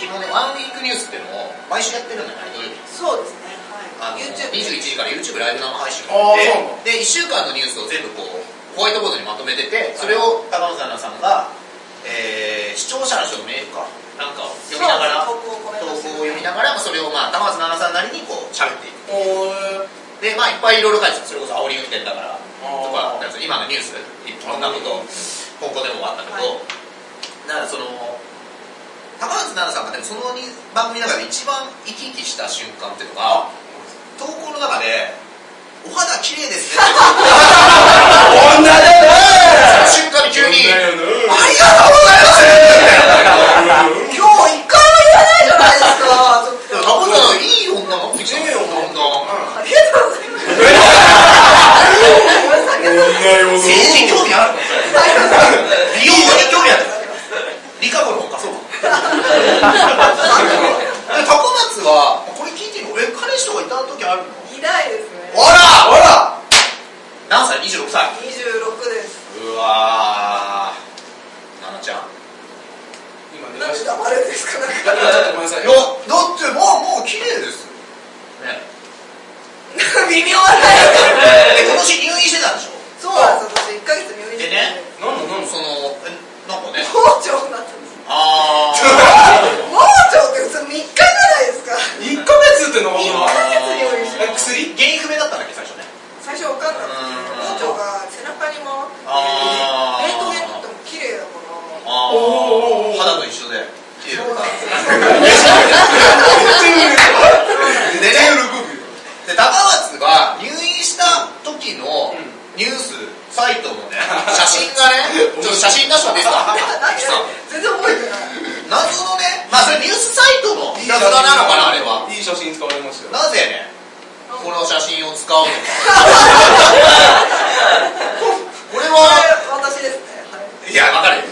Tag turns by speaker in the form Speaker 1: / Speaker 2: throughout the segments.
Speaker 1: 昨日ねワンウィークニュースっていうのを毎週やってるんだよね土曜日
Speaker 2: そうですね、
Speaker 1: あ
Speaker 2: は
Speaker 1: の
Speaker 2: い、YouTube
Speaker 1: 21時から YouTube ライブ生配信
Speaker 3: あー
Speaker 1: で
Speaker 3: そうなの
Speaker 1: で1週間のニュースを全部こうホワイトボードにまとめててそれを高野さんさんが、えー視聴者の人のメールかなんかを読みながら
Speaker 2: 投
Speaker 1: 投
Speaker 2: 稿をコメン
Speaker 1: 稿
Speaker 2: ト
Speaker 1: を
Speaker 2: して
Speaker 1: 読みながらまあそれをまあ高松菜奈さんなりにこう喋っていく
Speaker 3: おー
Speaker 1: でまあいっぱいいろいろ書いてたそれこそ煽り運転だからとか
Speaker 3: あー
Speaker 1: 今のニュースいろんなこと高校でもあったけど、だからその高松奈々さんがでもそのに番組の中で一番生き生きした瞬間っていうのが投稿の中で「お肌綺麗です ね」
Speaker 3: 女だ
Speaker 1: って言った瞬間に急に 「ありが
Speaker 3: よね
Speaker 1: とうございます」
Speaker 2: 今日一回も言わないじゃないですか。ちょっと
Speaker 1: 高松菜奈いい女のいい女
Speaker 2: ありがとうございます。
Speaker 1: 政治に興味あるの美容に興味ある理科子の方かそうかで高松はこれ聞いてるの俺彼氏とかいた時あるの
Speaker 2: いないですね。
Speaker 1: あらあら何歳 ?26 歳
Speaker 2: 二十六です。
Speaker 1: うわーななちゃん
Speaker 2: なんで黙るんですか。なんか
Speaker 1: いやだってもうもう綺麗ですね
Speaker 2: 微妙な。
Speaker 1: で今年入院してたんでしょ
Speaker 2: そうなんですよ。私一ヶ月入院し
Speaker 1: で
Speaker 2: てて。
Speaker 1: ねそのえなん かね
Speaker 2: 盲腸になったんです。
Speaker 1: あ
Speaker 2: 盲腸って普通三日じゃないですか。
Speaker 1: ー原因不明だったんだっけ最初ね
Speaker 2: 最初わかんなくて、盲腸が背中に回って、
Speaker 1: あー
Speaker 2: レントゲン撮っても綺麗だから。
Speaker 1: あー
Speaker 3: おー
Speaker 1: 肌と一緒で綺麗だったでねで高松が入院した時のニュースサイトの ね写真がねちょっと写真出 してもいいですか
Speaker 2: なんで全然覚えてない。
Speaker 1: 謎のねまあそれニュースサイトのいたずらなのかなあれはい
Speaker 3: い写真使われましたよ
Speaker 1: なぜねこの写真を使 うのかこれ
Speaker 2: こ
Speaker 1: は
Speaker 2: れ私ですね。はい
Speaker 1: いやわかるよ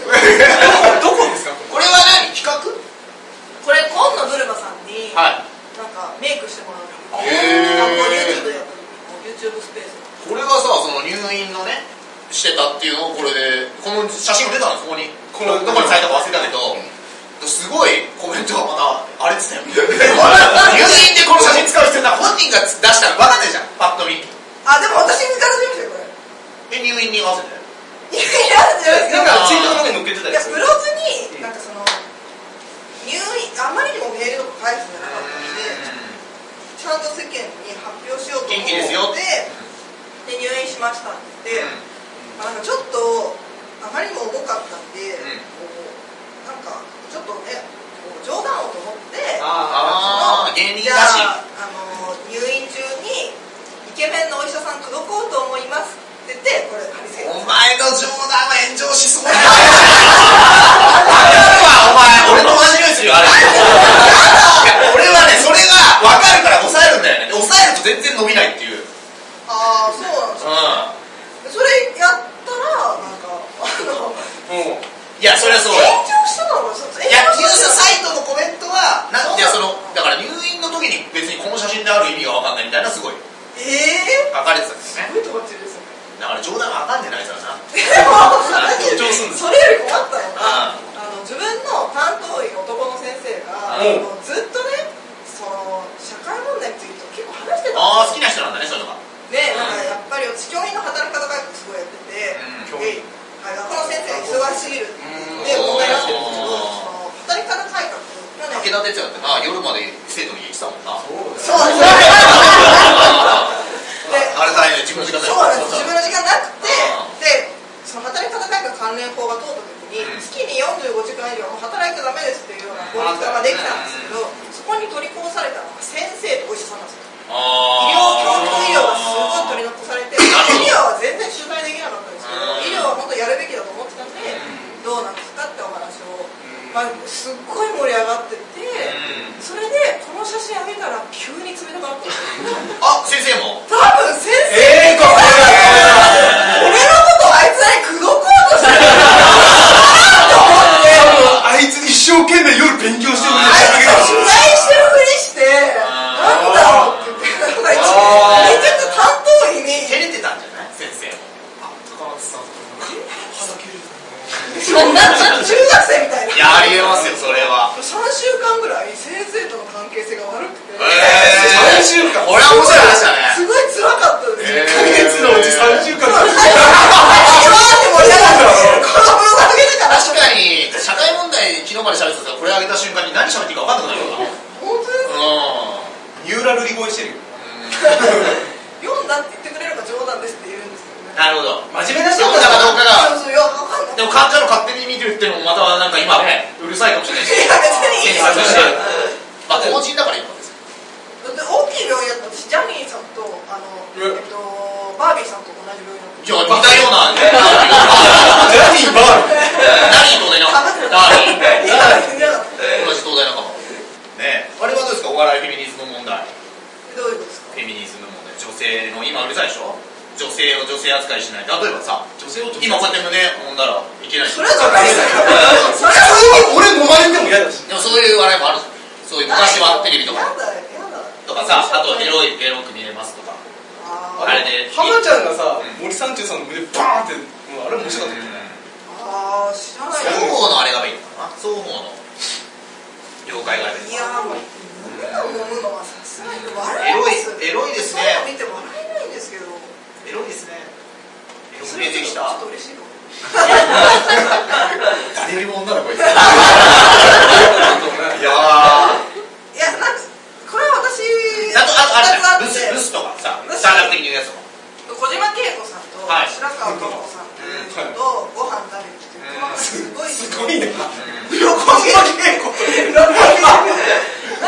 Speaker 3: どこですか
Speaker 1: これは何企画
Speaker 2: これ今野ブルマさんに。
Speaker 1: はい
Speaker 2: なんかメイクしてもらうの
Speaker 3: へ
Speaker 1: ー
Speaker 2: YouTube やった時 YouTube スペース
Speaker 1: これがさその入院のねしてたっていうのをこれでこの写真が出たのここに
Speaker 3: この
Speaker 1: どこにサイトか忘れたけど、すごいコメントがまたあれっつったよ入院でこの写真使う必要ない本人が出したら分かんないじゃんパッと見
Speaker 2: あでも私見たらしましたよこれ
Speaker 1: で入院に合わせて
Speaker 2: いやいや
Speaker 3: な
Speaker 2: い
Speaker 3: ん
Speaker 2: や
Speaker 3: かツイートの中に載っけてた
Speaker 2: い
Speaker 3: や
Speaker 2: や
Speaker 3: つ
Speaker 2: ブログになんかその入院あまりにもメールとか返すんじゃなかったのでちゃんと世間に発表しようと思って
Speaker 1: 元気ですよ
Speaker 2: で入院しましたって言って、まあ、なんかちょっとあまりにも重かったんで、
Speaker 1: ん
Speaker 2: こうなんかちょっとねこう冗談をと思って
Speaker 1: ああ芸人
Speaker 2: じゃ
Speaker 1: だし
Speaker 2: あ、あの入院中にイケメンのお医者さん口説こうと思いますって言ってこれ貼り付け
Speaker 1: お
Speaker 2: た
Speaker 1: 前の冗談は炎上しそうだよわかるわお前俺の真面目ですよあれいや俺はねそれが分かるから抑えるんだよねで抑えると全然伸びないっていううん
Speaker 2: ああそうなんですよそれやったらなんかあの
Speaker 3: もう
Speaker 1: いやそれはそう
Speaker 2: 炎
Speaker 1: よ
Speaker 2: 上したのもちょっと
Speaker 1: い
Speaker 2: 炎
Speaker 1: やニ
Speaker 2: 上
Speaker 1: ュース
Speaker 2: し
Speaker 1: サイトのコメントはなんいやそ
Speaker 2: そ
Speaker 1: うの
Speaker 2: なの
Speaker 1: だから入院の時に別にこの写真である意味が分かんないみたいなすごい
Speaker 2: ええ
Speaker 1: 書かれてたんです
Speaker 2: す
Speaker 1: ね
Speaker 2: ごいとこってですよね
Speaker 1: だから冗談は分かんでないからな
Speaker 2: でも
Speaker 3: 炎上すんです
Speaker 2: それより困ったの
Speaker 1: あ
Speaker 2: があの自分の担当医男の先生があ
Speaker 3: うん
Speaker 2: のずっとねその社会問題について結構話してた
Speaker 1: ああ好きな人なんだねそういうのが
Speaker 2: ねなんかやっぱり私教員の働き方改革すごいやってて、
Speaker 3: う
Speaker 2: で
Speaker 3: ん
Speaker 2: はい学校の先生が忙しすぎるってで
Speaker 1: うん
Speaker 2: 問題になってるんですけど
Speaker 1: うん
Speaker 2: その働き方改革が
Speaker 1: 武
Speaker 2: ね
Speaker 1: 田鉄矢ってな夜まで生徒の家行ってたもん な
Speaker 2: そうなんで
Speaker 1: あ
Speaker 2: す
Speaker 1: れ大変自分の時間
Speaker 2: よ
Speaker 1: だよ
Speaker 2: そうなんです自分の時間なくて
Speaker 1: う
Speaker 2: でその働き方改革関連法が通った時に
Speaker 1: うん
Speaker 2: 月に45時間以上はもう働いちゃダメですっていうような法律がまあできたんですけどそこに取りこぼされたのが先生とお医者さんなんですよ医療教育医療がすごい取り残されて医療は全然取材できなかったんですけど
Speaker 1: うん
Speaker 2: 医療は本当やるべきだと思ってたんでどうなんですかってお話を、まあ、すっごい盛り上がっててそれでこの写真あげたら急に冷たくなったんですよ
Speaker 1: あ先生も
Speaker 2: 多分先生
Speaker 3: ええか
Speaker 2: 俺のことあいつらに口説こうとしてる
Speaker 3: あいつ一生懸命夜勉強して
Speaker 2: あいつら取
Speaker 3: るん
Speaker 2: 材してるふりしてなんだろうって言ってなんか一
Speaker 3: あー
Speaker 2: 結局担当医に
Speaker 1: 照れてたんじゃない先生も
Speaker 3: 高松さん肌切れ
Speaker 2: 中学生みたいな
Speaker 1: いやありえますよそれは
Speaker 2: 3週間ぐらい先生との関係性が悪くて、
Speaker 1: え
Speaker 3: 3週間
Speaker 1: これは面白い話だね
Speaker 2: すごい辛かったです、
Speaker 1: えー
Speaker 2: えー
Speaker 3: 1ヶ月のうち3週間
Speaker 2: って盛り上がって子供が抜けてたら
Speaker 1: 確かに社会問題昨日まで喋ってたからこれ上げた瞬間に何喋っていいか分かんなくなるから
Speaker 2: 本当です
Speaker 3: ニューラル離婚してるよ
Speaker 2: 読んだって言ってくれるか冗談ですって言うんですけどね
Speaker 1: なるほど
Speaker 3: 真面目な人
Speaker 1: 読
Speaker 3: だ
Speaker 1: んだか
Speaker 3: か
Speaker 1: らどうかが
Speaker 2: そうそういやわかんない
Speaker 1: でも患者の勝手に見てるってのもまたなんか今ねうるさいかもしれ ない
Speaker 2: い
Speaker 1: し
Speaker 2: や別にいい
Speaker 1: 先生と
Speaker 2: で
Speaker 1: し
Speaker 2: す
Speaker 1: て
Speaker 2: よ
Speaker 1: まあ法人だからいいわけですよ
Speaker 2: だって大きい病院だった私ジャニーさんとあの、
Speaker 3: え
Speaker 2: えっと、バービーさんと同じ病院だった
Speaker 1: じゃあ似たようなね
Speaker 3: ジャニーバー
Speaker 1: 何東大な何
Speaker 2: いや全然なかった
Speaker 1: 同じ東大仲間ねえあれはどうですかお笑いフェミニズム問題
Speaker 2: どういうことですか
Speaker 1: フェミニズム問題女性の今うるさいでしょ女性を女性扱いしない例えばさ
Speaker 3: 女性を
Speaker 1: 今こうやって胸揉んだらいけない
Speaker 2: それはダメですよそれは
Speaker 3: 俺揉まれても嫌だし
Speaker 1: でもそういう笑いもあるじゃんそういう昔はテレビとか
Speaker 2: やだやだ
Speaker 1: とかさあとエ
Speaker 2: い
Speaker 1: ロいエロく見えますとか
Speaker 2: あー
Speaker 1: あれで
Speaker 3: 浜ちゃんがさ
Speaker 1: うん
Speaker 3: 森三中さんの胸バーンってもうあれ面白かったけどね
Speaker 2: あー知らない
Speaker 1: 双方のあれがいいのかな双方の了解があればいい
Speaker 2: いやーもう胸を揉むのはさすがに
Speaker 1: エ
Speaker 2: 笑
Speaker 1: ロい
Speaker 2: えます
Speaker 1: エロいですね
Speaker 2: そういうの見て笑えないんですけど
Speaker 1: エロいですねエロく
Speaker 2: そ
Speaker 1: 見
Speaker 2: れ
Speaker 1: えてきた
Speaker 2: ちょっと嬉しいの
Speaker 3: 誰よりも女の子 いつ
Speaker 1: いやー
Speaker 2: いやなんかこれは私
Speaker 1: あとあとあ
Speaker 2: 二
Speaker 1: る
Speaker 2: つ
Speaker 1: じゃんブスブ
Speaker 2: あって
Speaker 1: スとかさ三角的に言うやつも
Speaker 2: 小島慶子さんと
Speaker 1: はい
Speaker 2: 白川郷子さんっていう人とご飯食べに来てこの話すごい
Speaker 3: すごいね
Speaker 2: 横島慶子な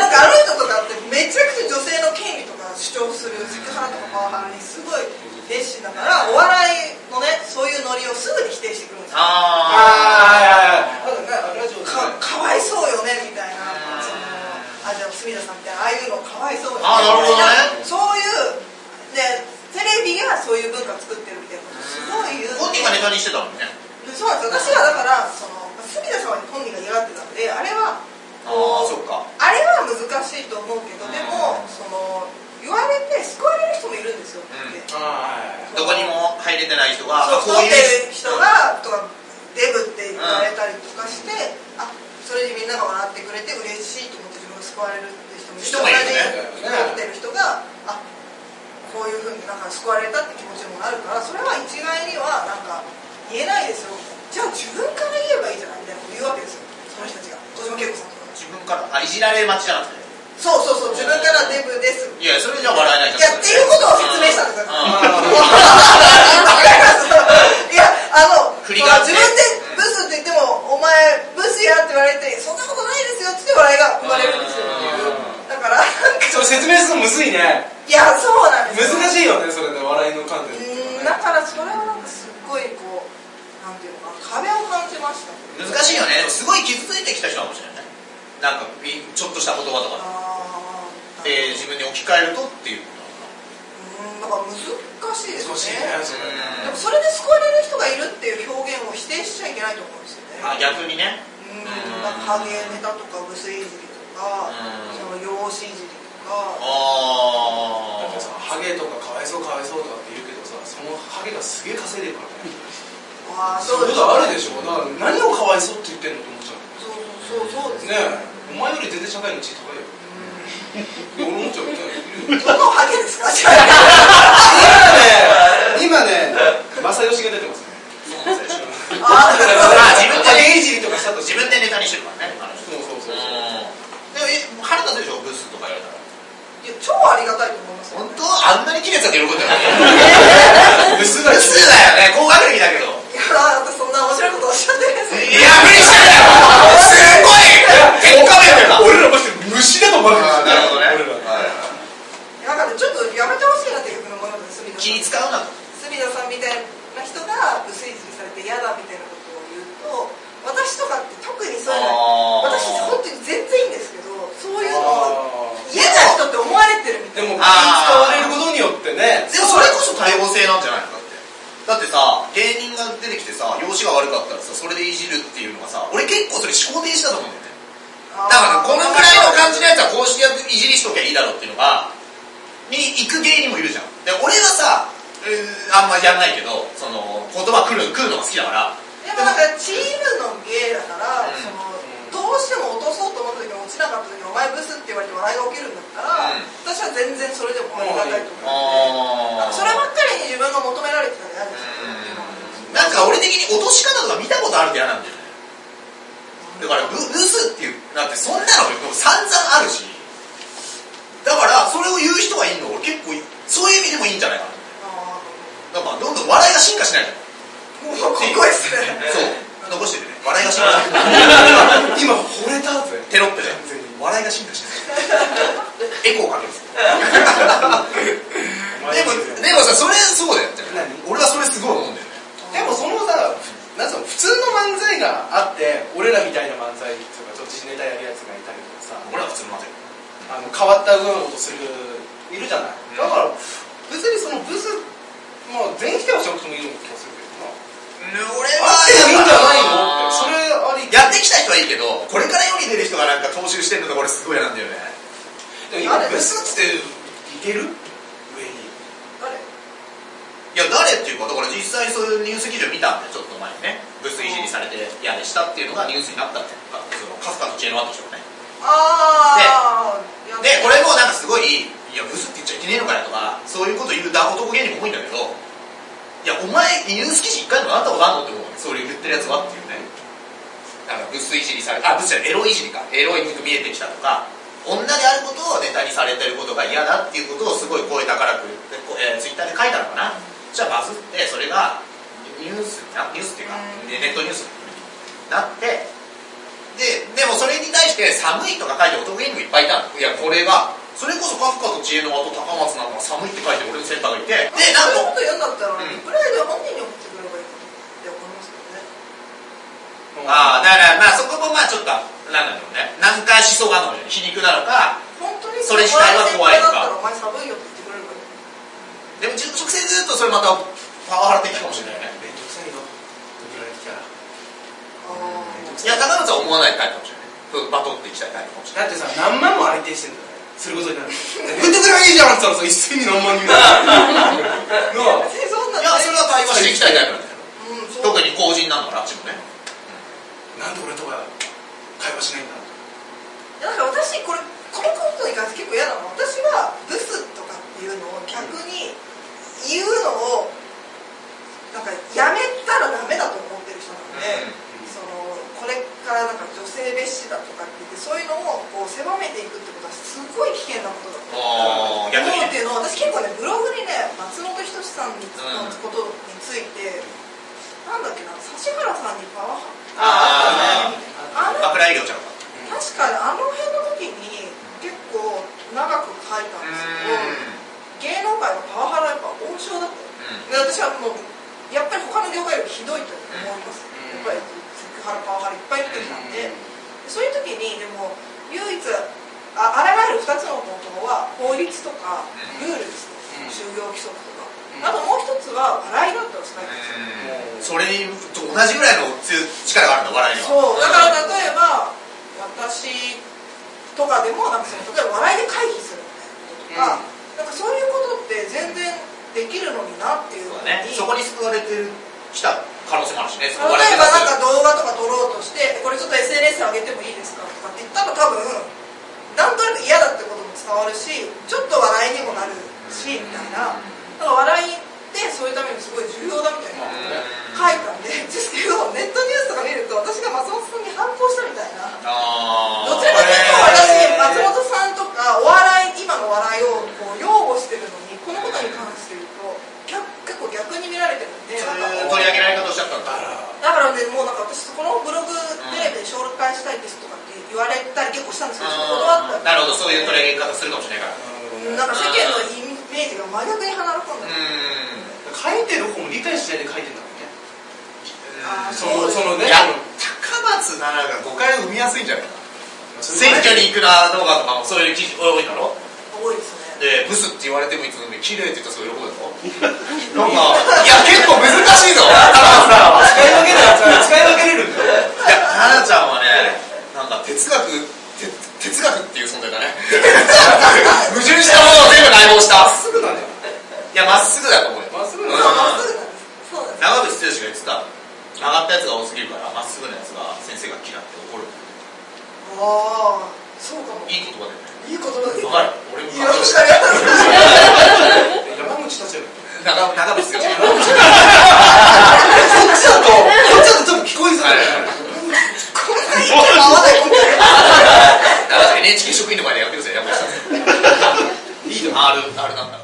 Speaker 2: んかあの人とかってめちゃくちゃ女性の権利とか主張するセクハラとかパワハラにすごい熱心だからお笑いのねそういうノリをすぐに否定してくるんですよ
Speaker 1: あ
Speaker 3: あーラジオで
Speaker 2: かかわいそうよねみたいな
Speaker 1: うん
Speaker 2: そのあじゃあ隅田さんみたいなああいうのかわいそうよね
Speaker 1: あなるほどね
Speaker 2: そういうでテレビがそういう文化作ってるみたいなことすごい言
Speaker 1: ー
Speaker 2: う
Speaker 1: 本人がネタにしてたもんね
Speaker 2: でそうなんです私はだからその隅田さんは本人が嫌がってたんであれは
Speaker 1: あ
Speaker 2: こ
Speaker 1: ーそっか
Speaker 2: あれは難しいと思うけどでも
Speaker 1: うん
Speaker 2: その言われて救われる人もいるんですよって、
Speaker 1: うん
Speaker 3: あ
Speaker 1: どこにも入れてない人が
Speaker 2: そう
Speaker 1: こう
Speaker 2: 太っ
Speaker 1: いう
Speaker 2: てる人がとかデブって言われたりとかして、あそれにみんなが笑ってくれて嬉しいと思って自分が救われるって人もいる
Speaker 1: 人もいるね
Speaker 2: し同じ太ってる人があこういうふうになんか救われたって気持ちもあるからそれは一概にはなんか言えないですよじゃあ自分から言えばいいじゃないみたいなこと言うわけですよその人たちが小島慶子さんとか
Speaker 1: 自分からあいじられ待ちじゃなくて
Speaker 2: そうそうそう自分からデブです
Speaker 1: いやそれじゃ笑えない
Speaker 2: い
Speaker 1: じゃ
Speaker 2: や
Speaker 1: ん
Speaker 2: っていうことを説明したんですよ
Speaker 1: あー
Speaker 2: わかりますいやあの
Speaker 1: 振りがあって
Speaker 2: 自分でブスって言っても「お前ブスや」って言われて「そんなことないですよ」って言って笑いが生まれるんですよっていうだからなんか
Speaker 3: ーそれ説明するのむずいね
Speaker 2: いやそうなんですよ
Speaker 3: 難しいよねそれね笑いの観点
Speaker 2: うーん
Speaker 3: と
Speaker 2: だ
Speaker 3: か
Speaker 2: か
Speaker 3: ね
Speaker 2: らそれはなんかすっごいこうなんていうのかな壁を感じました
Speaker 1: 難しいよねでもすごい傷ついてきた人かもしれないねなんかいちょっとした言葉とか
Speaker 2: あー
Speaker 1: で自分に置き換えるとっていうこ
Speaker 2: うーんだから難しいです
Speaker 3: 難しいね
Speaker 2: ね
Speaker 3: それ
Speaker 2: で
Speaker 3: ね
Speaker 2: もそれで救われる人がいるっていう表現を否定しちゃいけないと思うんですよね
Speaker 1: とあ逆にね
Speaker 2: うんなんかハゲネタとか薄いじりとか、
Speaker 1: うん
Speaker 2: その容姿いじりとか、
Speaker 3: だ
Speaker 1: あ
Speaker 3: ってさハゲとかかわいそうかわいそうとかって言うけどさそのハゲがすげえ稼いでるからね
Speaker 2: ああ
Speaker 3: そういうことあるでしょだから何をかわいそうって言ってんのと思
Speaker 2: そうそ
Speaker 3: っちゃう
Speaker 2: うそうそうです
Speaker 3: ねえお前より全然社会の地位高いよいや俺思っちゃうみたいな
Speaker 2: どのハゲで すか？じゃあ
Speaker 3: 今ね今ね正義が出てますね
Speaker 1: そうなんですよ
Speaker 2: あ
Speaker 1: あ自分で
Speaker 3: ハゲいじりとかしたと
Speaker 1: 自分でネタにしてるからねあの人
Speaker 3: そうそうそうそう
Speaker 1: でもえ腹立つでしょブスとか言われたら
Speaker 2: いや超ありがたいと思いますよ
Speaker 1: 本当
Speaker 2: ね。
Speaker 1: あんなに切れたって喜んでる
Speaker 3: ブス
Speaker 1: ブ
Speaker 3: だよ
Speaker 1: スだよね高学歴だけど
Speaker 2: いや私そんな面白いことおっしゃってるんです
Speaker 1: いや無理してるよすごい結果面だ
Speaker 3: 俺らマジで虫だと思われてる俺ら
Speaker 2: よ。なんかねちょっとやめてほしいなって逆に思いますね。
Speaker 1: 気
Speaker 2: 隅
Speaker 1: 使
Speaker 2: 田さ
Speaker 1: う
Speaker 2: ん。
Speaker 1: なと
Speaker 2: 隅田さんみたいな人が薄いじりされて嫌だみたいなことを言うと。私とかって特にそういうの
Speaker 1: あー
Speaker 2: 私本当に全然いいんですけどそういうのを
Speaker 3: あー
Speaker 2: 嫌な人って思われてるみ
Speaker 3: で
Speaker 2: たいな
Speaker 3: も気
Speaker 1: あ
Speaker 3: 使
Speaker 1: ー
Speaker 3: われることによっ てね
Speaker 1: でもそれこそ多様性なんじゃないのだってだってさ芸人が出てきてさ容姿が悪かったらさそれでいじるっていうのがさ俺結構それ思考停止だと思うんだよねだからこのぐらいの感じのやつはこうしてやっていじりしときゃいいだろうっていうのがに行く芸人もいるじゃんで俺はさうーあんまりやんないけどその言葉食う食うのが好きだから
Speaker 2: でもなんかチームの芸だから、
Speaker 1: うん
Speaker 2: その
Speaker 1: に落とし方とか見たことあると嫌なんだよねだからルルスっていうなんてそんなのでも散々あるしだからそれを言う人がいるの俺結構いそういう意味でもいいんじゃないか
Speaker 2: あ
Speaker 1: なだからどんどん笑いが進化しないと
Speaker 2: ーもうかっこいいですね
Speaker 1: そう残してるね笑いが進化しない
Speaker 3: 今惚れたぜ
Speaker 1: テロップで笑いが進化しないエコーかけるんですよで
Speaker 3: で
Speaker 1: もでもさそれそうだよって
Speaker 3: 何
Speaker 1: 俺はそれすごい思うんだよね
Speaker 3: でもそのさなんつうの普通の漫才があって俺らみたいな漫才とかちょっと時事ネタやるやつがいたりとかさ
Speaker 1: 俺ら普通の漫才
Speaker 3: あの変わったようなことするいるじゃない、
Speaker 1: うん
Speaker 3: だから別にそのブスまあ全否定はしなくてもいいような気がするけどな
Speaker 1: 俺は
Speaker 3: あってもいいんじゃ
Speaker 1: あや
Speaker 3: ないのってそれあり
Speaker 1: ってきた人はいいけどこれから世に出る人がなんか踏襲してるのが俺すごい嫌なんだよね
Speaker 3: でも今ブスっつっていける上に
Speaker 2: 誰
Speaker 1: いや誰っていうかだから実際そういうニュース記事を見たんでちょっと前にねブスいじりされて嫌でしたっていうのがニュースになったっていうかそのカスカの知恵の輪でしょうね
Speaker 2: あーやだ
Speaker 1: で俺もなんかすごいいやブスって言っちゃいけねえのかよとかそういうこと言う男芸人も多いんだけどいやお前ニュース記事一回でもあったことあんのって思うねそれ言ってるやつはっていうねなんかブスいじりされあブスじゃないエロいじりかエロい服見えてきたとか女であることをネタにされてることが嫌だっていうことをすごい声高らく、こうえー、ツイッターで書いたのかなじゃあバズってそれがニュースになニュースっていうか
Speaker 2: うん
Speaker 1: ネットニュースになってででもそれに対して寒いとか書いて男芸人もいっぱいいたのいやこれがそれこそカフカと知恵の輪と高松なんかが寒いって書いて俺のセンターがいてでなん
Speaker 2: そういうことと言うんだったら
Speaker 1: うん
Speaker 2: リプライで本人に送ってくればいいかなって思いますけどね
Speaker 1: ああだからまあそこもまあちょっとなんだろうね難解思想があるのよね皮肉なのか
Speaker 2: 本当に
Speaker 1: それ自体は怖いの
Speaker 2: だっ
Speaker 1: か
Speaker 2: たらお前寒いよって
Speaker 1: でも
Speaker 2: 言ってくれるから
Speaker 1: 直接ずっとそれまたパワハラ的かもしれないよね
Speaker 3: めんどくさいよ送られてきたら
Speaker 1: いや高松は思わないタイプかもしれないそうバトっていきたいタイプかもしれない
Speaker 3: だってさ何万も相手してんだよすることになるめんどくさいいいじゃんって言ったらさ一斉に何万人もなあ
Speaker 2: 別にそんない
Speaker 1: やそれは対話していきたいタイプなんだよ
Speaker 2: うんそう
Speaker 1: 特に公人なのかなあっちもね
Speaker 3: なんで俺とは会話しないんだ
Speaker 2: いやなんか私これこのコントに関して結構嫌なの私はブスとかっていうのを逆に言うのをなんかやめたらダメだと思ってる人なので、そのこれからなんか女性蔑視だとかって言ってそういうのをこう狭めていくってことはすごい危険なこと
Speaker 1: ああ
Speaker 2: だと
Speaker 1: 逆
Speaker 2: 思う
Speaker 1: に
Speaker 2: っ
Speaker 1: ね
Speaker 2: ていうのを私結構ねブログにね松本人志さんにのことについて、なんだっけな指原さんにパワハラ
Speaker 1: あ
Speaker 2: あの
Speaker 1: 油営業ちゃんか
Speaker 2: 確かにあの辺の時に結構長く書いたんですけど芸能界のパワハラやっぱ温床だった
Speaker 1: う
Speaker 2: よで私はもうやっぱり他の業界よりひどいと思います
Speaker 3: うん
Speaker 2: やっぱりセクハラパワハラいっぱい出てきたんでそういう時にでも唯一ああらがえる2つのことは法律とか
Speaker 1: う
Speaker 2: ルールですね
Speaker 3: うん
Speaker 2: 就業規則とか
Speaker 3: うん
Speaker 2: あともう一つは笑いだったらしないで
Speaker 1: ん
Speaker 2: す
Speaker 1: それにと同じぐらいの強い力があるんだ笑いには
Speaker 2: そうだから例えば私とかでもなんかその例えば笑いで回避するみたいなこととか、なんかそういうことって全然できるのになっていう
Speaker 1: そう
Speaker 2: の
Speaker 1: だね
Speaker 2: に、
Speaker 1: そこに救われてるきた可能性もあるしね
Speaker 2: 例え
Speaker 1: そ
Speaker 2: ば
Speaker 1: こ笑いが
Speaker 2: なんか動画とか撮ろうとしてこれちょっと SNS 上げてもいいですかとかって言ったら多分なんとなく嫌だってことも伝わるしちょっと笑いにもなるしみたいなだから笑いってそういうためにすごい重要だみたいな書いたんでですけどネットニュースとか見ると私が松本さんに反抗したみたいな
Speaker 1: ああ
Speaker 2: どちらかというと私松本さんとかお笑い今の笑いをこう擁護してるのにこのことに関して言うと逆結構逆に見られてるんで
Speaker 1: そう
Speaker 2: ない
Speaker 1: う
Speaker 2: んか
Speaker 1: 取り上げられ方をしちゃったんだ
Speaker 3: あ
Speaker 2: だから
Speaker 3: ら
Speaker 2: ねもうなんか私このブログテレビで紹介したいですとかって言われたり結構したんですけどちょっと断った
Speaker 1: なるほどそういう取り上げ方するかもしれないから
Speaker 2: りなんか世間のイメージが真逆に離れ込
Speaker 1: う
Speaker 2: んだ
Speaker 1: ん
Speaker 3: 書いてる方も理解しないで書いてんだもんね
Speaker 2: あー
Speaker 3: そのその
Speaker 1: い
Speaker 3: ね
Speaker 1: や高松ならが誤解を生みやすいんじゃないかな選挙
Speaker 3: 選挙に
Speaker 1: に行くな動画とかもそういう記事多いだろ
Speaker 2: 多いですね
Speaker 1: でブスって言われてもいつもね綺麗って言ったらすごい喜ぶだろなんかいや結構難し いぞ高松ならは
Speaker 3: 使い分けるやつは使い分けれるんだよ
Speaker 1: いや、奈々ちゃんはね、なんか哲学、て哲学っていう存在だね。矛盾したものを全部内包した。
Speaker 3: まっすぐなんだよ
Speaker 1: いや、まっすぐだと思うよ。
Speaker 3: まっすぐ
Speaker 2: そう
Speaker 3: なんだよ
Speaker 2: まっすぐなんですそうなんです
Speaker 1: 長渕剛が言ってた、上がったやつが多すぎるから、まっすぐなやつが先生が嫌って怒る。
Speaker 2: ああそうか もい
Speaker 1: いい言葉だよね。
Speaker 2: いことだね
Speaker 1: わかる俺も
Speaker 2: いろんなやり方してる
Speaker 3: 山口たちは
Speaker 1: 長長渕剛。
Speaker 3: そっちだと
Speaker 1: そう
Speaker 2: 合わないもんね
Speaker 1: だから NHK 職員の前でやめてください、やめてください。
Speaker 3: いい
Speaker 1: R、R なんだ。